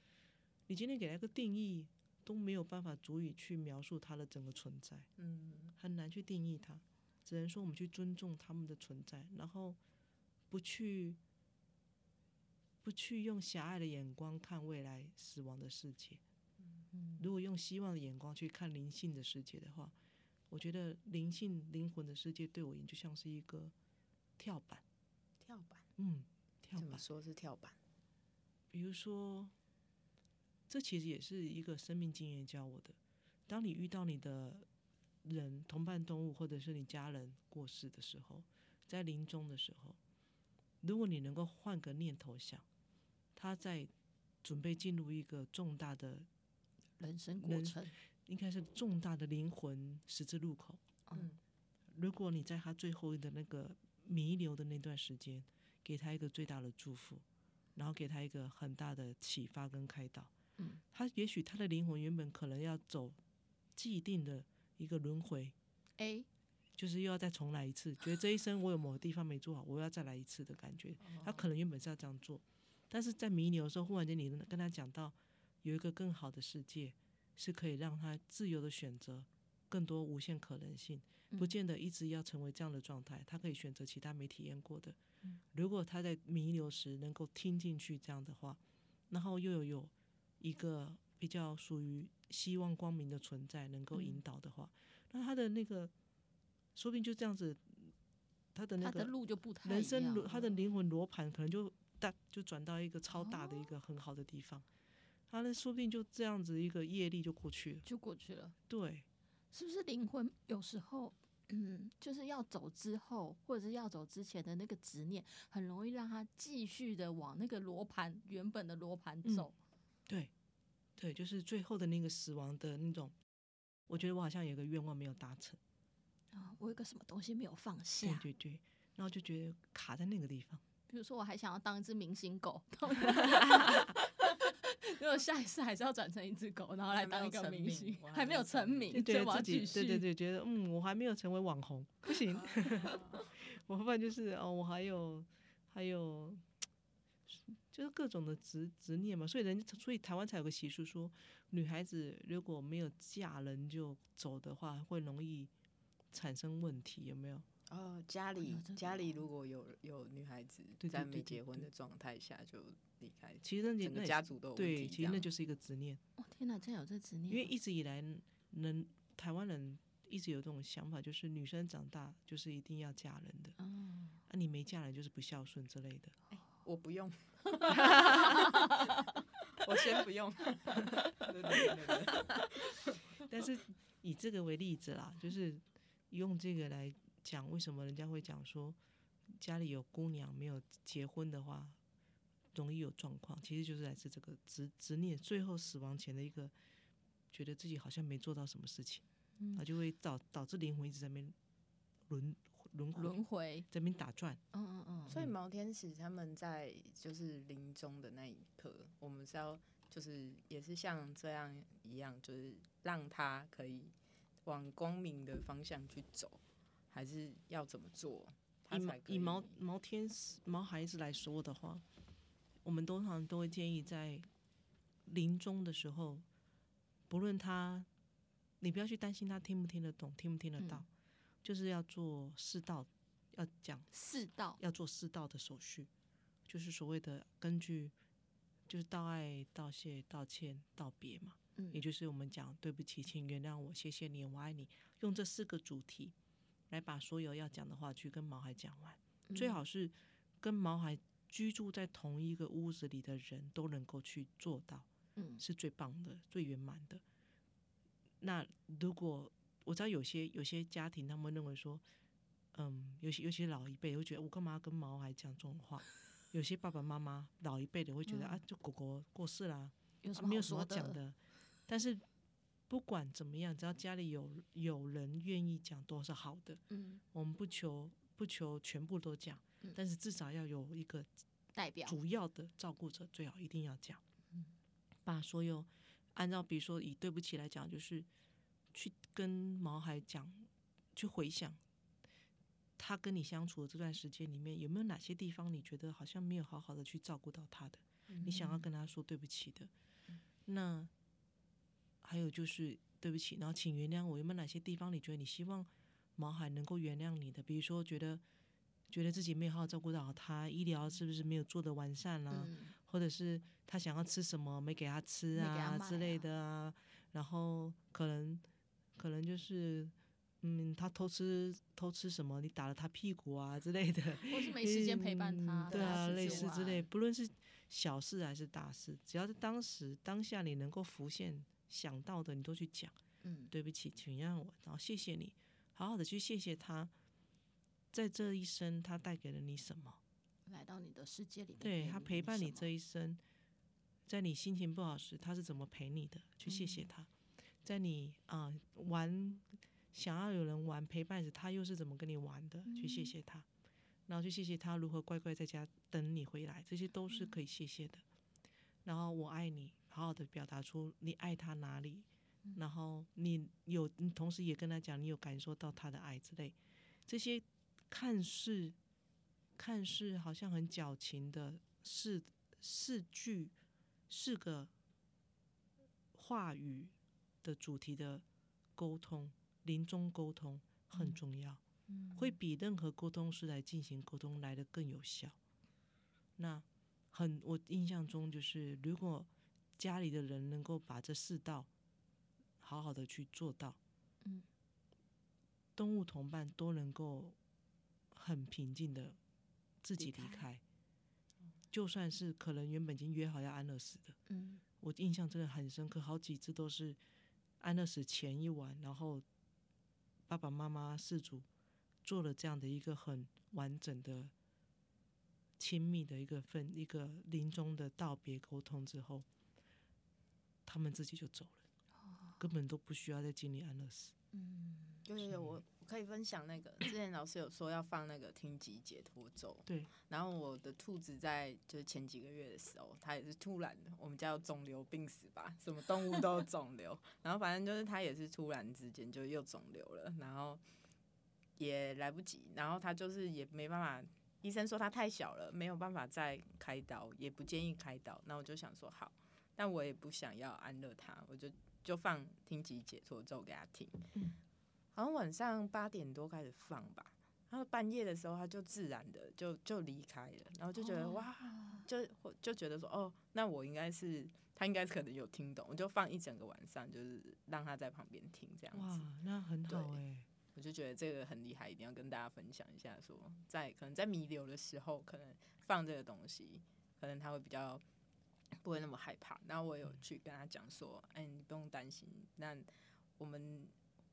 Speaker 3: 你今天给它一个定义都没有办法足以去描述它的整个存在，
Speaker 2: 嗯，
Speaker 3: 很难去定义它，只能说我们去尊重它们的存在，然后不去不去用狭隘的眼光看未来死亡的世界。如果用希望的眼光去看灵性的世界的话，我觉得灵性灵魂的世界对我而言就像是一个跳板。
Speaker 2: 跳板
Speaker 3: 嗯，跳
Speaker 2: 怎么
Speaker 3: 板。
Speaker 2: 说是跳板？
Speaker 3: 比如说，这其实也是一个生命经验教我的。当你遇到你的人、同伴动物或者是你家人过世的时候，在临终的时候，如果你能够换个念头想，他在准备进入一个重大的，
Speaker 4: 人生过
Speaker 3: 人
Speaker 4: 程，
Speaker 3: 应该是重大的灵魂十字路口。
Speaker 2: 嗯，
Speaker 3: 如果你在他最后的那个弥留的那段时间，给他一个最大的祝福，然后给他一个很大的启发跟开导，
Speaker 4: 嗯，
Speaker 3: 他也许他的灵魂原本可能要走既定的一个轮回，
Speaker 4: A
Speaker 3: 就是又要再重来一次，觉得这一生我有某个地方没做好，我要再来一次的感觉。
Speaker 2: 哦嗯
Speaker 3: 他可能原本是要这样做，但是在弥留的时候，忽然间你跟他讲到有一个更好的世界，是可以让他自由的选择更多无限可能性，不
Speaker 1: 嗯
Speaker 4: 嗯
Speaker 3: 见得一直要成为这样的状态，他可以选择其他没体验过的。
Speaker 4: 嗯
Speaker 3: 如果他在弥留时能够听进去这样的话，然后又有有一个比较属于希望光明的存在能够
Speaker 4: 嗯
Speaker 3: 引导的话，那他的那个说不定就这样子，他的那
Speaker 4: 他的
Speaker 3: 个
Speaker 4: 路就不太
Speaker 3: 人
Speaker 4: 一
Speaker 3: 生
Speaker 4: 样
Speaker 3: 轮他的
Speaker 4: 了哦
Speaker 3: 灵魂罗盘可能就大就转到一个超大的一个很好的地方。他那说不定就这样子一个业力就过去了。
Speaker 4: 就过去了。
Speaker 3: 对，
Speaker 1: 是不是灵魂有时候，嗯，就是要走之后，或者是要走之前的那个执念，很容易让他继续的往那个罗盘原本的罗盘
Speaker 3: 嗯
Speaker 1: 走。
Speaker 3: 对，对，就是最后的那个死亡的那种，我觉得我好像有一个愿望没有达成，
Speaker 1: 啊，我有个什么东西没有放
Speaker 3: 对
Speaker 2: 啊
Speaker 1: 下，
Speaker 3: 对对，然后就觉得卡在那个地
Speaker 2: (laughs)
Speaker 3: 方，
Speaker 4: 比如说，我还想要当一只明星狗，如果下一次还是要转成一只狗，然后来当一个明星，还
Speaker 2: 还
Speaker 4: 没
Speaker 2: 没
Speaker 4: 有
Speaker 2: 有
Speaker 4: 成
Speaker 2: 成名
Speaker 4: 名，所
Speaker 3: 就觉
Speaker 4: 以
Speaker 3: 得
Speaker 4: 我要
Speaker 3: 自
Speaker 4: 继
Speaker 3: 己
Speaker 4: 续。
Speaker 3: 对对对，觉得嗯，我还没有成为网红，不
Speaker 2: (laughs)
Speaker 3: 行，我不然就是哦，我还有还有。就是各种的执执念嘛，所以人家所以台湾才有个习俗说，女孩子如果没有嫁人就走的话，会容易产生问题，有没有？
Speaker 2: 哦，家里家里如果有有女孩子
Speaker 3: 哦对对
Speaker 2: 在
Speaker 3: 对
Speaker 2: 没
Speaker 3: 对
Speaker 2: 结婚
Speaker 3: 对
Speaker 2: 的状态下就离开，
Speaker 3: 其实那也
Speaker 2: 整
Speaker 3: 那
Speaker 2: 个
Speaker 3: 也
Speaker 2: 家
Speaker 3: 是
Speaker 2: 族都有问
Speaker 3: 对，
Speaker 2: 题。
Speaker 3: 其实那就是一个执念。
Speaker 1: 哦天哪，真有这执念哦，
Speaker 3: 因为一直以来，人台湾人一直有这种想法，就是女生长大就是一定要嫁人的，
Speaker 1: 嗯，
Speaker 3: 啊，你没嫁人就是不孝顺之类的。
Speaker 2: 我
Speaker 3: (laughs)
Speaker 2: 不用，我先
Speaker 3: (laughs)
Speaker 2: 不用。对对对对对
Speaker 3: 但是以这个为例子啦，就是用这个来讲，为什么人家会讲说家里有姑娘没有结婚的话，容易有状况，其实就是来自这个执执念，最后死亡前的一个觉得自己好像没做到什么事情，
Speaker 1: 嗯
Speaker 3: 啊，就会导导致灵魂一直在那边轮轮回
Speaker 4: 轮回，
Speaker 3: 在那边打转。
Speaker 1: 嗯嗯
Speaker 2: 所以毛天使他们在就是临终的那一刻，我们是要就是也是像这样一样，就是让他可以往光明的方向去走，还是要怎么做？他
Speaker 3: 以毛
Speaker 2: 才可
Speaker 3: 以毛
Speaker 2: 以
Speaker 3: 毛天使毛孩子来说的话，我们通常都会建议在临终的时候，不论他，你不要去担心他听不听得懂，听不听得
Speaker 2: 嗯
Speaker 3: 到，就是要做适道，要讲
Speaker 4: 世道
Speaker 3: 要做适道的手续，就是所谓的根据就是道爱、道谢、道歉、道别嘛，
Speaker 1: 嗯
Speaker 3: 也就是我们讲对不起，请原谅我，谢谢你，我爱你，用这四个主题来把所有要讲的话去跟毛孩讲完，
Speaker 4: 嗯
Speaker 1: 嗯
Speaker 3: 最好是跟毛孩居住在同一个屋子里的人都能够去做到，
Speaker 1: 嗯
Speaker 3: 是最棒的、最圆满的。那如果我知道有些有些家庭他们认为说，嗯，尤其尤其是老一辈会觉得我干嘛要跟毛孩讲这种话？有些爸爸妈妈老一辈的会觉得、啊，就狗狗过世啦，
Speaker 1: 嗯有
Speaker 3: 啊
Speaker 1: 什么
Speaker 3: 没有
Speaker 1: 好
Speaker 3: 什么
Speaker 1: 说
Speaker 3: 好讲
Speaker 1: 的？
Speaker 3: 的。但是不管怎么样，只要家里有有人愿意讲，都是好的。
Speaker 1: 嗯，
Speaker 3: 我们不求不求全部都讲，但是至少要有一个
Speaker 4: 代表
Speaker 3: 主要的照顾者，最好一定要讲，把所有按照比如说以对不起来讲，就是去跟毛孩讲，去回想他跟你相处的这段时间里面，有没有哪些地方你觉得好像没有好好的去照顾到他的，你想要跟他说对不起的，
Speaker 1: 嗯
Speaker 3: 那还有就是对不起，然后请原谅我，有没有哪些地方你觉得你希望毛孩能够原谅你的？比如说觉得。觉得自己没有好好照顾到他，医疗是不是没有做的完善啦、
Speaker 4: 嗯
Speaker 3: 或者是他想要吃什么没给他吃
Speaker 1: 没给他
Speaker 3: 啊
Speaker 1: 买
Speaker 3: 之类
Speaker 1: 啊
Speaker 3: 的啊，然后可能可能就是嗯，他偷吃偷吃什么，你打了他屁股啊之类的，
Speaker 4: 嗯或是没时间陪伴他，
Speaker 3: 嗯对
Speaker 4: 陪他
Speaker 3: 啊，
Speaker 4: 出去
Speaker 3: 类似之类，
Speaker 4: 玩，
Speaker 3: 不论是小事还是大事，只要在当时当下你能够浮现想到的，你都去讲。
Speaker 4: 啊
Speaker 1: 嗯
Speaker 3: 对不起，请让我，然后谢谢你，好好的去谢谢他，在这一生他带给了你什么？
Speaker 1: 来到你的世界里面，
Speaker 3: 对他陪伴你这
Speaker 1: 一，
Speaker 3: 一生，在你心情不好时，他是怎么陪你的？去谢谢他，在你啊、玩想要有人玩陪伴时，他又是怎么跟你玩的？去谢谢他，然后去谢谢他如何乖乖在家等你回来，这些都是可以谢谢的。然后我爱你，好好的表达出你爱他哪里，然后你有，你同时也跟他讲你有感受到他的爱之类，这些看似看似好像很矫情的四四句四个话语的主题的沟通，临终沟通很重要，
Speaker 1: 嗯
Speaker 4: 嗯
Speaker 3: 会比任何沟通师来进行沟通来的更有效。那很，我印象中就是，如果家里的人能够把这四道好好的去做到，
Speaker 1: 嗯，
Speaker 3: 动物同伴都能够很平静的自己离开，就算是可能原本已经约好要安乐死的，
Speaker 1: 嗯
Speaker 3: 我印象真的很深刻，好几次都是安乐死前一晚，然后爸爸妈妈事主做了这样的一个很完整的、亲密的一个分一个临终的道别沟通之后，他们自己就走了，根本都不需要再经历安乐死。
Speaker 1: 嗯，
Speaker 2: 有有有，我我可以分享那个，之前老师有说要放那个听集解脱咒，
Speaker 3: 对，
Speaker 2: 然后我的兔子在就是前几个月的时候，它也是突然，我们家有肿瘤病死吧，什么动物都有肿瘤，然后反正就是它也是突然之间就又肿瘤了，然后也来不及，然后它就是也没办法，医生说它太小了，没有办法再开刀，也不建议开刀，那我就想说好，但我也不想要安乐它，我就就放听集解脱咒给它听，好像晚上八点多开始放吧。然后半夜的时候，他就自然的就就离开了，然后就觉
Speaker 1: 哦
Speaker 4: 哦
Speaker 2: 得、哇，就就觉得说哦，那我应该是他应该可能有听懂，我就放一整个晚上，就是让他在旁边听这样
Speaker 3: 哇
Speaker 2: 子，，
Speaker 3: 那很好
Speaker 2: 对
Speaker 3: 哎、
Speaker 2: 我就觉得这个很厉害，一定要跟大家分享一下说在可能在弥留的时候，可能放这个东西，可能他会比较不会那么害怕。然后我
Speaker 3: 嗯
Speaker 2: 有去跟他讲说，哎、你不用担心，那我们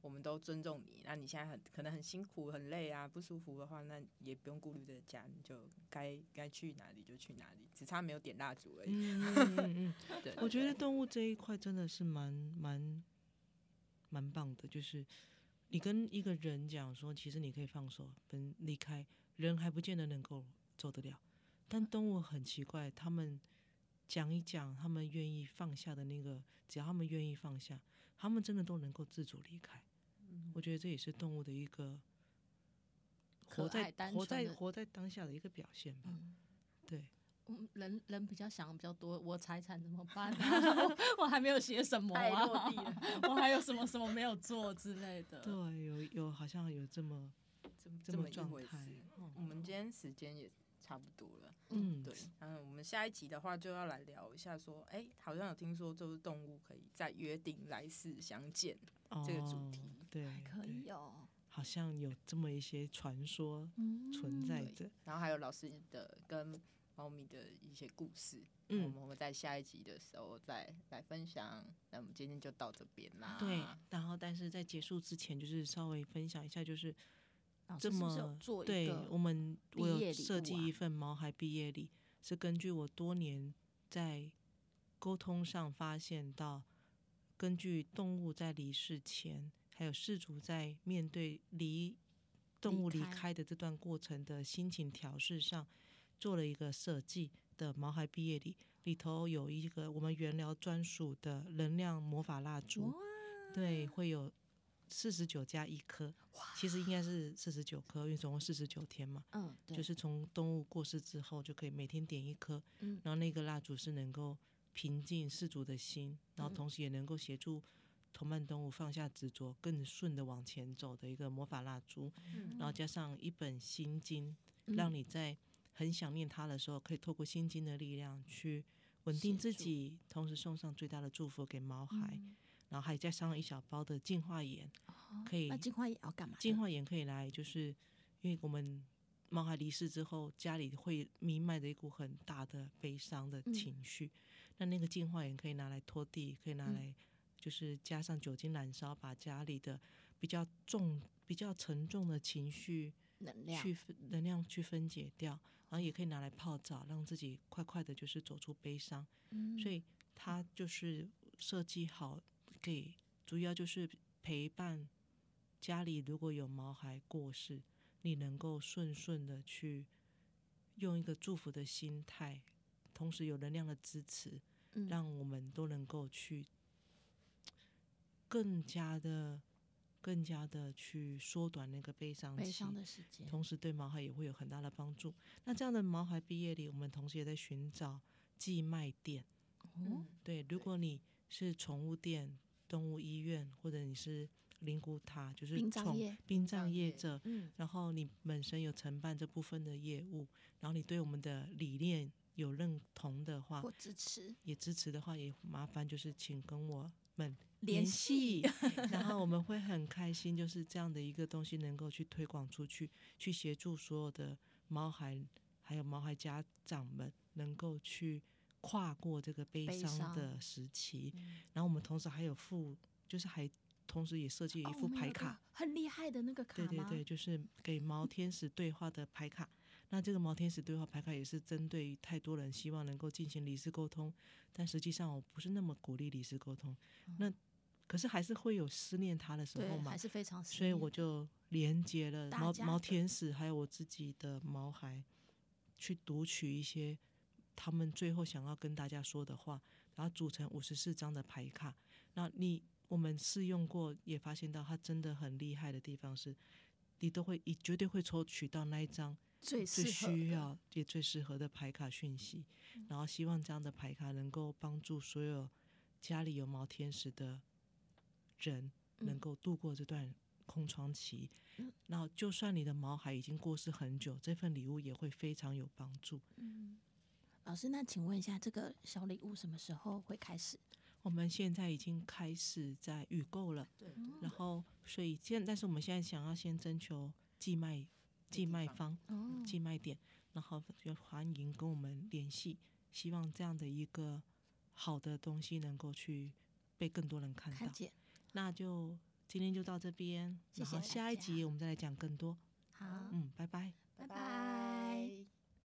Speaker 2: 我们都尊重你。那你现在很可能很辛苦、很累啊，不舒服的话，那也不用顾虑这个家，你就该该去哪里就去哪里，只差没有点蜡烛而已。
Speaker 3: 嗯嗯嗯嗯。
Speaker 2: 对对
Speaker 3: 我觉得
Speaker 2: 对
Speaker 3: 动物这一块真的是蛮蛮蛮棒的，就是你跟一个人讲说，其实你可以放手分离开，人还不见得能够走得了，但动物很奇怪，他们讲一讲，他们愿意放下的那个，只要他们愿意放下，他们真的都能够自主离开。我觉得这也是动物的一个活
Speaker 4: 可
Speaker 3: 在
Speaker 4: 爱单
Speaker 3: 活
Speaker 4: 纯
Speaker 3: 在
Speaker 4: 的
Speaker 3: 活在当下的一个表现
Speaker 1: 嗯
Speaker 3: 吧。对，
Speaker 4: 嗯人人比较想的比较多，我财产怎么办、啊？
Speaker 2: (laughs)
Speaker 4: 我我还没有写什么
Speaker 2: 太落
Speaker 4: 啊
Speaker 2: 地了，
Speaker 4: 我还有什么什么没有做之类的。
Speaker 3: 对，有有好像有这么
Speaker 2: 这么
Speaker 3: (laughs) 这
Speaker 2: 这
Speaker 3: 么
Speaker 2: 么一
Speaker 3: 状
Speaker 2: 回
Speaker 3: 态
Speaker 2: 事。嗯
Speaker 3: 哦
Speaker 2: 我们今天时间也差不多了。
Speaker 3: 嗯，
Speaker 2: 对，嗯，我们下一集的话就要来聊一下，说，哎、好像有听说就是动物可以在约定来世相见，这个主
Speaker 3: 哦
Speaker 2: 题
Speaker 3: 对，
Speaker 1: 还可
Speaker 3: 对
Speaker 1: 以哦，
Speaker 3: 好像有这么一些传说
Speaker 1: 嗯，
Speaker 3: 存在
Speaker 2: 对
Speaker 3: 着。
Speaker 2: 然后还有老师的跟猫咪的一些故事，我
Speaker 3: 嗯，
Speaker 2: 们会在下一集的时候再来分享。那我们今天就到这边啦，
Speaker 3: 对。
Speaker 1: 啊
Speaker 3: 然后，但是在结束之前，就是稍微分享一下，就是
Speaker 1: 老
Speaker 3: 这
Speaker 1: 哦师是不是有
Speaker 3: 么
Speaker 1: 做一
Speaker 3: 对
Speaker 1: 个
Speaker 3: 我们我
Speaker 1: 毕
Speaker 3: 有
Speaker 1: 业礼
Speaker 3: 设
Speaker 1: 物
Speaker 3: 计
Speaker 1: 啊
Speaker 3: 一份毛孩毕业礼，是根据我多年在沟通上发现到，根据动物在离世前，还有事主在面对离动物离
Speaker 1: 离开
Speaker 3: 开的这段过程的心情调试上，做了一个设计的毛孩毕业礼，里头有一个我们原疗专属的能量魔法蜡烛。
Speaker 1: 哇，
Speaker 3: 对，会有四十九加一颗，其实应该是四十九颗，因为总共四十九天嘛，
Speaker 1: 嗯，对，
Speaker 3: 就是从动物过世之后就可以每天点一颗，
Speaker 1: 嗯
Speaker 3: 然后那个蜡烛是能够平静事主的心，然
Speaker 1: 嗯
Speaker 3: 后同时也能够协助同伴动物放下执着，更顺的往前走的一个魔法蜡烛，
Speaker 2: 嗯
Speaker 3: 然后加上一本心经，
Speaker 1: 嗯
Speaker 3: 让你在很想念他的时候，可以透过心经的力量去稳定自己，同时送上最大的祝福给毛孩。
Speaker 1: 嗯
Speaker 3: 然后还加上一小包的净化盐，可以
Speaker 1: 哦那金花也要干嘛的？
Speaker 3: 净化盐可以来，就是因为我们猫孩离世之后，家里会弥漫着一股很大的悲伤的情绪。那那个净化盐可以拿来拖地，可以拿来就是加上酒精燃烧，把家里的比较重、比较沉重的情绪
Speaker 1: 能量，
Speaker 3: 去分能量去分解掉，然后也可以拿来泡澡，让自己快快的就是走出悲伤。
Speaker 1: 嗯
Speaker 3: 所以它就是设计好给，主要就是陪伴家里如果有毛孩过世，你能够顺顺的去用一个祝福的心态，同时有能量的支持，
Speaker 1: 嗯
Speaker 3: 让我们都能够去更加的、更加的去缩短那个悲伤
Speaker 1: 悲
Speaker 3: 期
Speaker 1: 伤的时间，
Speaker 3: 同时对毛孩也会有很大的帮助。那这样的毛孩毕业礼，我们同时也在寻找寄卖店。
Speaker 1: 嗯
Speaker 3: 对，如
Speaker 2: 对
Speaker 3: 果你是宠物店、动物医院，或者你是灵骨塔，就是
Speaker 1: 殡葬
Speaker 3: 宠
Speaker 1: 业
Speaker 3: 殡葬
Speaker 2: 葬
Speaker 3: 业
Speaker 2: 业
Speaker 3: 者，
Speaker 1: 嗯
Speaker 3: 然后你本身有承办这部分的业务，然后你对我们的理念有认同的话
Speaker 1: 或，支持
Speaker 3: 也支持的话，也麻烦就是请跟我们
Speaker 1: 联
Speaker 3: 系，
Speaker 1: (laughs)
Speaker 3: 然后我们会很开心，就是这样的一个东西能够去推广出去，去协助所有的毛孩还有毛孩家长们能够去跨过这个悲
Speaker 1: 悲
Speaker 3: 伤
Speaker 1: 伤
Speaker 3: 的时期。
Speaker 1: 嗯
Speaker 3: 然后我们同时还有附，就是还同时也设计了一
Speaker 1: 哦
Speaker 3: 副
Speaker 1: 我们有
Speaker 3: 牌
Speaker 1: 一个
Speaker 3: 卡，
Speaker 1: 很厉害的那个卡
Speaker 3: 对
Speaker 1: 吗？
Speaker 3: 对对，就是给毛天使对话的牌卡。那这个毛天使对话牌卡也是针对于太多人希望能够进行理式沟通，但实际上我不是那么鼓励理式沟
Speaker 1: 哦
Speaker 3: 通。那可是还是会有思念他的时候
Speaker 1: 对
Speaker 3: 嘛
Speaker 1: 还，是非常思
Speaker 3: 所以
Speaker 1: 念
Speaker 3: 我就连接了
Speaker 1: 大
Speaker 3: 毛
Speaker 1: 家
Speaker 3: 毛
Speaker 1: 的
Speaker 3: 天使，还有我自己的毛孩，去读取一些他们最后想要跟大家说的话，然后组成五十四张的牌卡。那你我们试用过，也发现到它真的很厉害的地方是，你都会你绝对会抽取到那一张
Speaker 1: 最
Speaker 3: 最
Speaker 1: 适合
Speaker 3: 需
Speaker 1: 的嗯
Speaker 3: 要也最适合的牌卡讯息，然后希望这样的牌卡能够帮助所有家里有毛天使的人能
Speaker 1: 嗯
Speaker 3: 够度过这段空窗期。然后，就算你的毛孩已经过世很久，这份礼物也会非常有帮助。
Speaker 1: 嗯，老师，那请问一下，这个小礼物什么时候会开始？
Speaker 3: 我们现在已经开始在预购了，
Speaker 2: 对
Speaker 1: 嗯
Speaker 3: 然后所以现，但是我们现在想要先征求寄卖寄卖方，
Speaker 1: 哦
Speaker 3: 寄卖点，然后也欢迎跟我们联系，希望这样的一个好的东西能够去被更多人看到。
Speaker 1: 看见。
Speaker 3: 那就今天就到这边，
Speaker 1: 谢谢
Speaker 3: 然后
Speaker 1: 大
Speaker 3: 下一
Speaker 1: 家
Speaker 3: 集我们再来讲更多。
Speaker 1: 好，
Speaker 3: 嗯，拜拜。
Speaker 1: 拜拜。